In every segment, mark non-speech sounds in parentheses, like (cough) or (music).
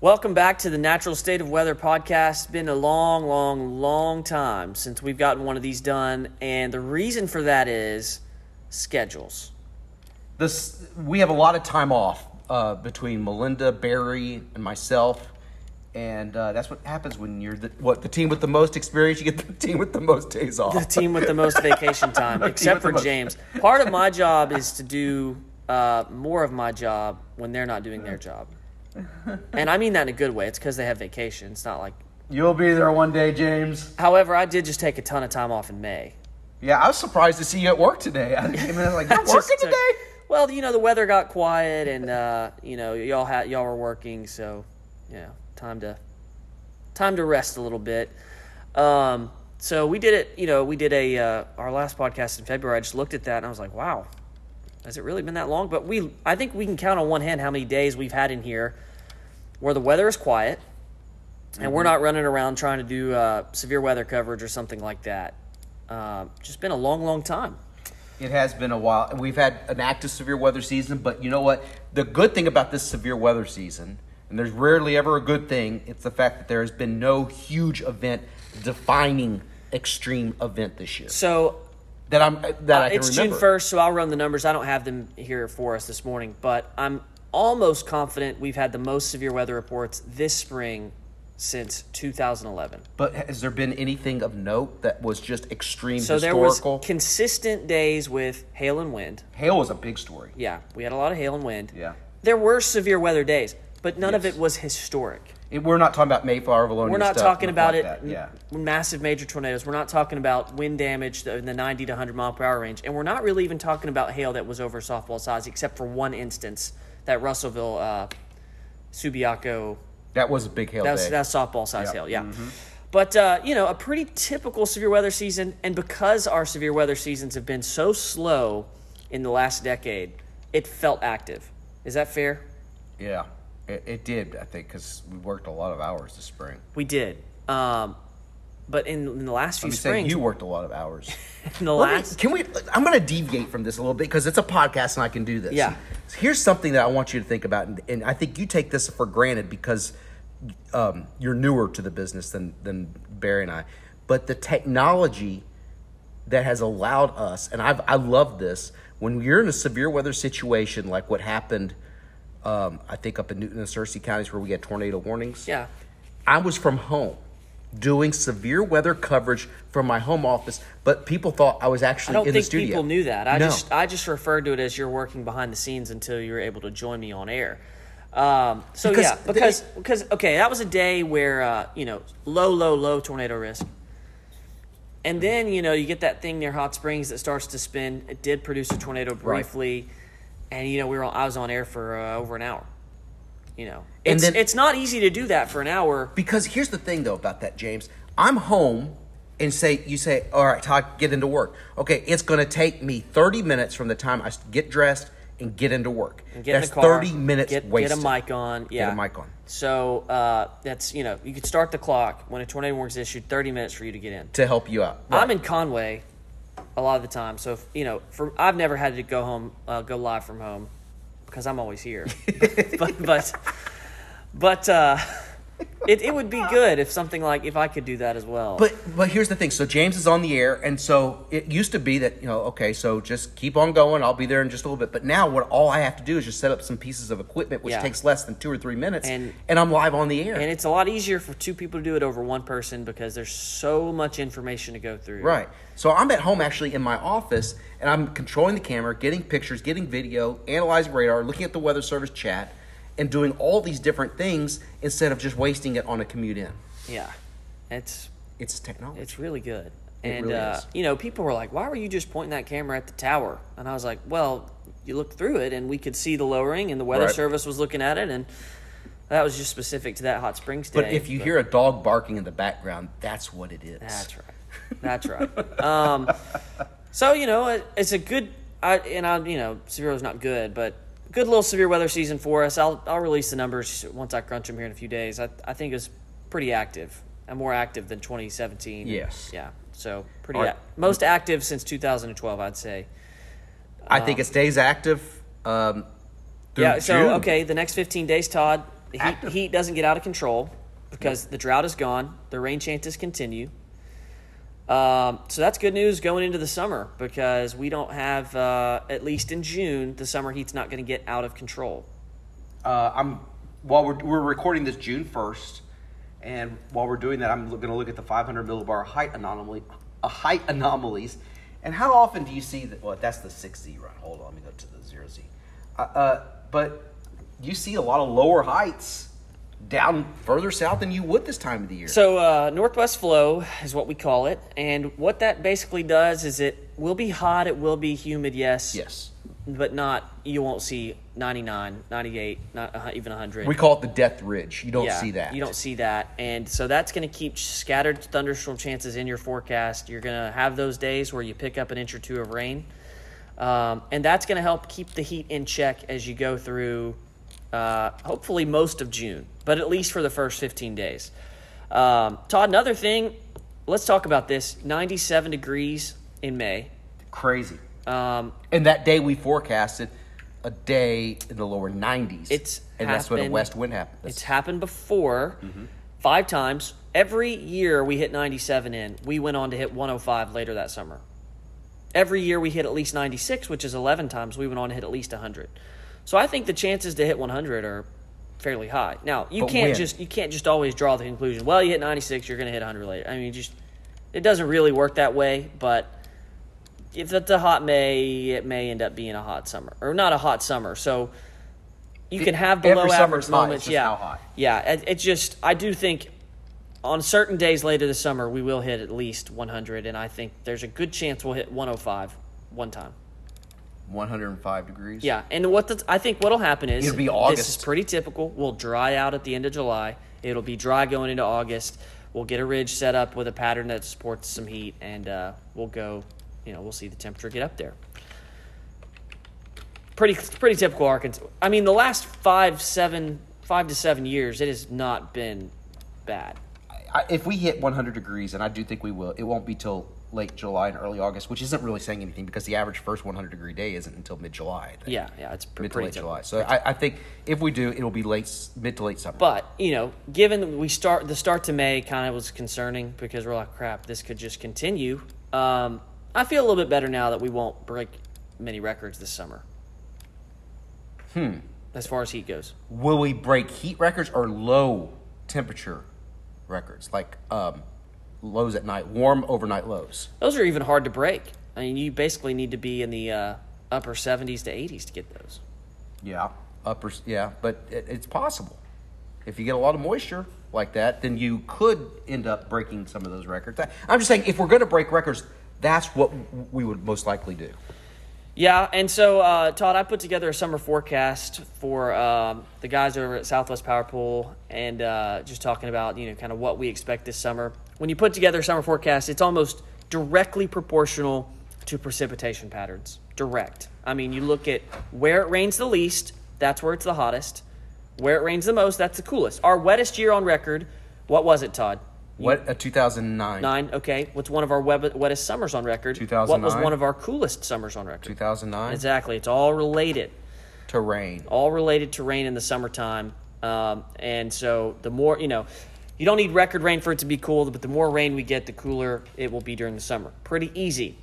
Welcome back to the Natural State of Weather podcast. Been a long, long, long time since we've gotten one of these done, and the reason for that is schedules. This we have a lot of time off uh, between Melinda, Barry, and myself, and uh, that's what happens when you're the, what the team with the most experience. You get the (laughs) team with the most days off. The team with the most (laughs) vacation time, The team except with the for most- James. Part of my job is to do uh, more of my job when they're not doing their (laughs) job. And I mean that in a good way. It's because they have vacation. It's not like. You'll be there one day, James. However, I did just take a ton of time off in May. Yeah, I was surprised to see you at work (laughs) today. I came in I was like, you're Just working took- today. Well, you know the weather got quiet, and uh, you know y'all had y'all were working, so yeah, time to time to rest a little bit. Um, so we did it. You know, we did a uh, our last podcast in February. I just looked at that and I was like, wow, has it really been that long? But we, I think we can count on one hand how many days we've had in here where the weather is quiet, and we're Mm-hmm. not running around trying to do uh, severe weather coverage or something like that. Uh, just been a long, long time. It has been a while. and We've had an active severe weather season, but you know what? The good thing about this severe weather season, and there's rarely ever a good thing, it's the fact that there has been no huge event defining extreme event this year So that I'm uh, that I can Uh, it's remember. June first, so I'll run the numbers. I don't have them here for us this morning, but I'm almost confident we've had the most severe weather reports this spring since 2011. But has there been anything of note that was just extreme So there was historical? consistent days with hail and wind. Hail was a big story. Yeah, we had a lot of hail and wind. Yeah. There were severe weather days, but none of Yes. it was historic. It- we're not talking about Mayflower, Valonia. We're not stuff, talking nothing about it like Mm. that, m- Yeah. massive major tornadoes. We're not talking about wind damage in the 90 to 100 mile per hour range. And we're not really even talking about hail that was over softball size, except for one instance that Russellville, uh, Subiaco, That was a big hail that's, day. that's softball size hail, yeah. Mhm. But, uh, you know, a pretty typical severe weather season. And because our severe weather seasons have been so slow in the last decade, it felt active. Is that fair? yeah. It, it did, I think, because we worked a lot of hours this spring. We did. Um, but in, in the last few You say springs, you worked a lot of hours. in the Let me- last. can we? I'm going to deviate from this a little bit because it's a podcast and I can do this. Yeah. Here's something that I want you to think about, and, and I think you take this for granted because um, you're newer to the business than than Barry and I. But the technology that has allowed us, and I've I love this when you're in a severe weather situation like what happened. Um, I think up in Newton and Searcy counties where we had tornado warnings. Yeah. I was from home doing severe weather coverage from my home office, but people thought I was I actually don't in the think studio. people knew that. I No. just I just referred to it as you're working behind the scenes until you were able to join me on air. Um, so Because yeah, the- because because okay, that was a day where uh, you know low low low tornado risk, Mm-hmm. and then you know you get that thing near Hot Springs that starts to spin. It did produce a tornado briefly, and you know we were on, I was on air for uh, over an hour. You know, And it's then- it's not easy to do that for an hour. Because here's the thing though about that, James. I'm home and say you say, "All right, Todd, get into work." Okay, it's going to take me 30 minutes from the time I s- get dressed and get into work. Get That's in the car. 30 minutes Get, wasted. get a mic on. Yeah. a mic on. So uh, that's you know you could start the clock when a tornado warning's issued. Thirty minutes for you to get in. to help you out. I'm in Conway a lot of the time, so if, you know for I've never had to go home uh, go live from home because I'm always (laughs) here. (laughs) but but but uh, it it would be good if something like if I could do that as well. But but here's the thing. So James is on the air, and so it used to be that you know, okay, so just keep on going. I'll be there in just a little bit. But now, what all I have to do is just set up some pieces of equipment, which Yeah. takes less than two or three minutes, And- and, I'm live on the air. and it's a lot easier for two people to do it over one person because there's so much information to go through. right. So I'm at home actually in my office, and I'm controlling the camera, getting pictures, getting video, analyzing radar, looking at the weather service chat, and doing all these different things instead of just wasting it on a commute in. Yeah. It's It's technology. It's really good. It And really uh, is. you know, people were like, "Why were you just pointing that camera at the tower?" And I was like, "Well, you look through it, and we could see the lowering, and the weather Right. service was looking at it, and that was just specific to that hot springs day." but if you hear a dog barking in the background, that's what it is. that's right, that's right. um, so you know, it, it's a good, I, and I, you know, severe is not good, but good little severe weather season for us. I'll I'll release the numbers once I crunch them here in a few days. I I think it was pretty active, and more active than 2017. Yes. Yeah. So pretty Are- ac- most active since 2012, I'd say. I think it stays active um, through Yeah. So June. okay, the next 15 days, Todd, The heat, Active. heat doesn't get out of control because the drought is gone. The rain chances continue. Um, so that's good news going into the summer because we don't have, uh, at least in June, the summer heat's not going to get out of control. Uh, I'm while we're, we're recording this June first, and while we're doing that, I'm going to look at the 500 millibar height anomaly, uh, height anomalies, and how often do you see that? Well, that's the six Z run. Hold on, let me go to the zero Z. Uh, uh, but you see a lot of lower heights down further south than you would this time of the year. So uh, northwest flow is what we call it, and what that basically does is it will be hot, it will be humid, yes, Yes. but not you won't see 99, 98, not a hun- even 100. We call it the Death Ridge. You don't Yeah, see that. You don't see that. And so that's going to keep scattered thunderstorm chances in your forecast. You're going to have those days where you pick up an inch or two of rain. Um, and that's going to help keep the heat in check as you go through uh, hopefully most of June, but at least for the first 15 days. Um, Todd, another thing, let's talk about this 97 degrees in May. Crazy. Um, And that day we forecasted a day in the lower 90s. It's and that's when a happened- west wind happened. It's happened before Mm-hmm. five times. Every year we hit 97 in. We went on to hit 105 later that summer. Every year we hit at least 96, which is 11 times. We went on to hit at least 100. So I think the chances to hit 100 are fairly high. Now you But can't when? just you can't just always draw the conclusion. Well, you hit 96, you're going to hit 100 later. I mean, just it doesn't really work that way. But if it's a hot May, it may end up being a hot summer or not a hot summer. So you can have below every average summer's hot, it's moments. just yeah, how hot. yeah. It, it's just I do think on certain days later this summer we will hit at least 100, and I think there's a good chance we'll hit 105 one time. 105 degrees. Yeah, and what the, I think what'll happen is It'll be This is August. pretty typical. We'll dry out at the end of July. It'll be dry going into August. We'll get a ridge set up with a pattern that supports some heat, and uh, we'll go. You know, we'll see the temperature get up there. Pretty, pretty typical Arkansas. I mean, the last five, seven, five to seven years, it has not been bad. I, if we hit 100 degrees, and I do think we will, it won't be till late July and early August, which isn't really saying anything because the average first 100 degree day isn't until mid July. Yeah, yeah, it's pre- Mid to pretty late typical. July. So I, I think if we do, it'll be late, s- mid to late summer. But you know, given we start the start to May, kind of was concerning because we're like, crap, this could just continue. Um, I feel a little bit better now that we won't break many records this summer. Hmm. As far as heat goes, will we break heat records or low temperature records, like um, lows at night, warm overnight lows? those are even hard to break. I mean, you basically need to be in the uh, upper 70s to 80s to get those. yeah. upper yeah but it, it's possible if you get a lot of moisture like that then you could end up breaking some of those records I- i'm just saying if we're going to break records that's what w- we would most likely do Yeah, and so uh, Todd, I put together a summer forecast for um, the guys over at Southwest Power Pool, and uh, just talking about you know kind of what we expect this summer. When you put together a summer forecast, it's almost directly proportional to precipitation patterns. Direct. I mean, you look at where it rains the least, that's where it's the hottest. Where it rains the most, that's the coolest. Our wettest year on record, what was it, Todd? what a 2009 Nine. Okay, what's one of our web- wettest summers on record? What was 2009? one of our coolest summers on record? 2009 Exactly. It's all related, terrain all related to rain in the summertime. Um, and so the more, you know, you don't need record rain for it to be cool, but the more rain we get, the cooler it will be during the summer. Pretty easy.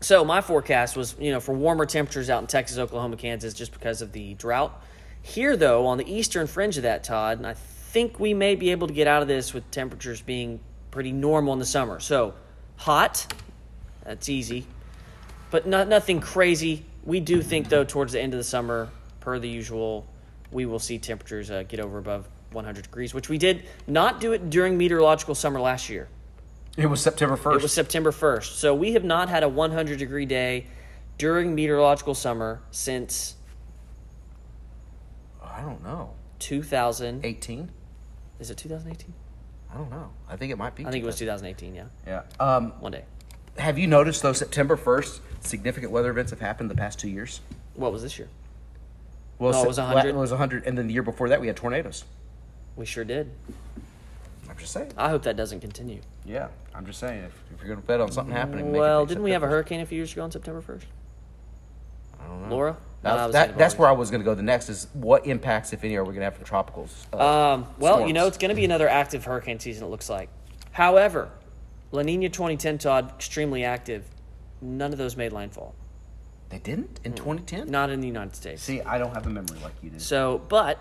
So my forecast was, you know, for warmer temperatures out in Texas, Oklahoma, Kansas, just because of the drought. Here, though, on the eastern fringe of that, Todd, and I think we may be able to get out of this with temperatures being pretty normal in the summer. So hot, that's easy, but not nothing crazy. We do think though, towards the end of the summer, per the usual, we will see temperatures uh, get over above 100 degrees, which we did not do it during meteorological summer last year. it was september 1st It was September 1st. So we have not had a 100 degree day during meteorological summer since i don't know 2000. 18 Is it 2018? i don't know i think it might be I think it was 2018, yeah. yeah um, One day. have you noticed though september 1st significant weather events have happened the past two years What was this year? well No, it Sep- was 100. it was 100 and then the year before that we had tornadoes We sure did. i'm just saying I hope that doesn't continue. Yeah, I'm just saying. If, If you're going to bet on something happening, make it Well, be didn't we have a September. hurricane a few years ago on September 1st? I don't know. Laura? when I That, was that- in that's Harley. where I was going to go. The next is what impacts, if any, are we going to have from tropicals? Uh, Um, well, you know, storms. it's going to be another active hurricane season, it looks like. However, La Nina 2010 Todd, extremely active. None of those made landfall. they didn't in 2010. Not in the United States. See, I don't have a memory like you do. hmm. So, but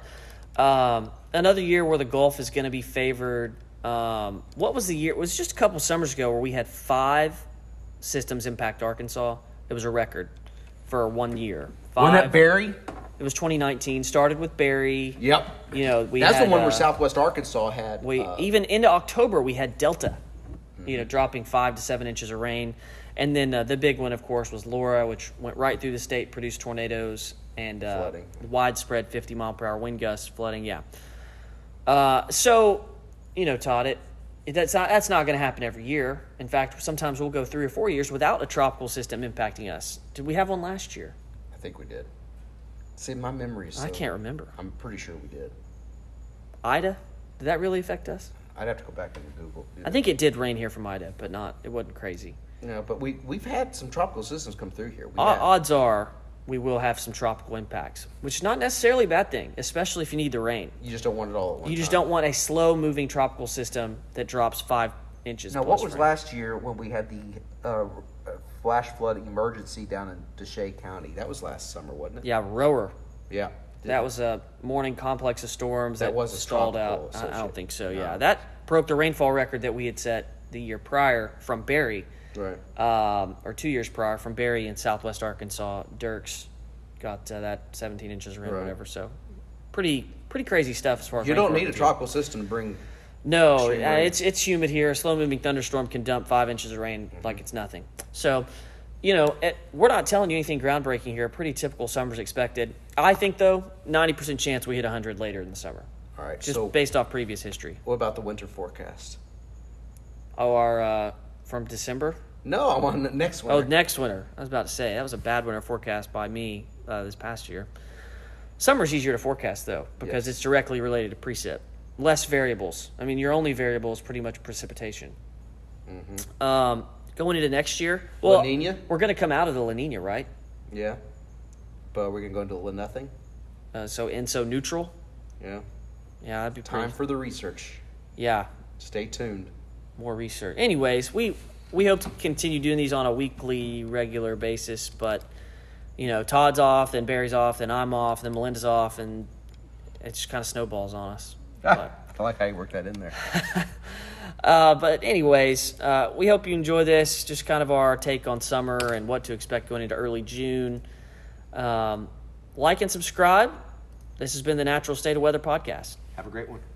um, another year where the Gulf is going to be favored. Um, what was the year? It was just a couple summers ago where we had five systems impact Arkansas. It was a record for one year. Five. Wasn't that Barry? it was 2019. Started with Barry. Yep. You know, we That's had, the one uh, where Southwest Arkansas had. we uh, mm-hmm. even into October we had Delta, you know, dropping five to seven inches of rain, and then uh, the big one, of course, was Laura, which went right through the state, produced tornadoes and uh, Flooding. widespread fifty mile per hour wind gusts, flooding. Yeah. Uh, so, you know, Todd, it it- that's not that's not going to happen every year. In fact, sometimes we'll go three or four years without a tropical system impacting us. Did we have one last year? I think we did. See, my memory is. I so- can't remember. I'm pretty sure we did. Ida, did that really affect us? I'd have to go back into Google. I think it did rain here from Ida, but not it wasn't crazy. You know, but we we've had some tropical systems come through here. We O- have. Odds are we will have some tropical impacts, which is not necessarily a bad thing, especially if you need the rain. you just don't want it all at once. You just don't want a slow moving tropical system that drops five inches. Now, plus what was rain. last year when we had the uh, uh, flash flood emergency down in Deshay County? That was last summer, wasn't it? Yeah, rower. Yeah. That was a morning complex of storms that, That was a stalled tropical out. I- I don't associate- think so. No. Yeah, that broke the rainfall record that we had set the year prior from Barry, Right. um, or two years prior from Barry in Southwest Arkansas. Dirks got uh, that 17 inches of rain, or Right. whatever. So, pretty pretty crazy stuff as far as You don't rainfall need a goes. tropical system to bring. No, uh, Extreme rain. it's it's humid here. A slow moving thunderstorm can dump five inches of rain like it's nothing. So, you know, it, we're not telling you anything groundbreaking here. Pretty typical summers expected. I think though, ninety percent chance we hit hundred later in the summer, All right. just so, based off previous history. what about the winter forecast? Oh, our uh, from December. No, I want the next Oh, one. next winter. I was about to say that was a bad winter forecast by me uh, this past year. Summer's easier to forecast though because it's directly related to precip. Less variables. I mean, your only variable is pretty much precipitation. Um, going into next year, well, Mm-hmm. La Niña? We're going to come out of the La Nina, right? Yeah. But we're gonna go into the nothing. Uh, so and so neutral. Yeah. Yeah, that'd be Time pretty, for the research. Yeah, Stay tuned. more research. Anyways, we we hope to continue doing these on a weekly, regular basis. But you know, Todd's off, then Barry's off, then I'm off, then Melinda's off, and it just kind of snowballs on us. I like how you worked that in there. Uh, but anyways, uh, we hope you enjoy this. Just kind of our take on summer and what to expect going into early June. Um, like and subscribe. This has been the Natural State of Weather podcast. Have a great one.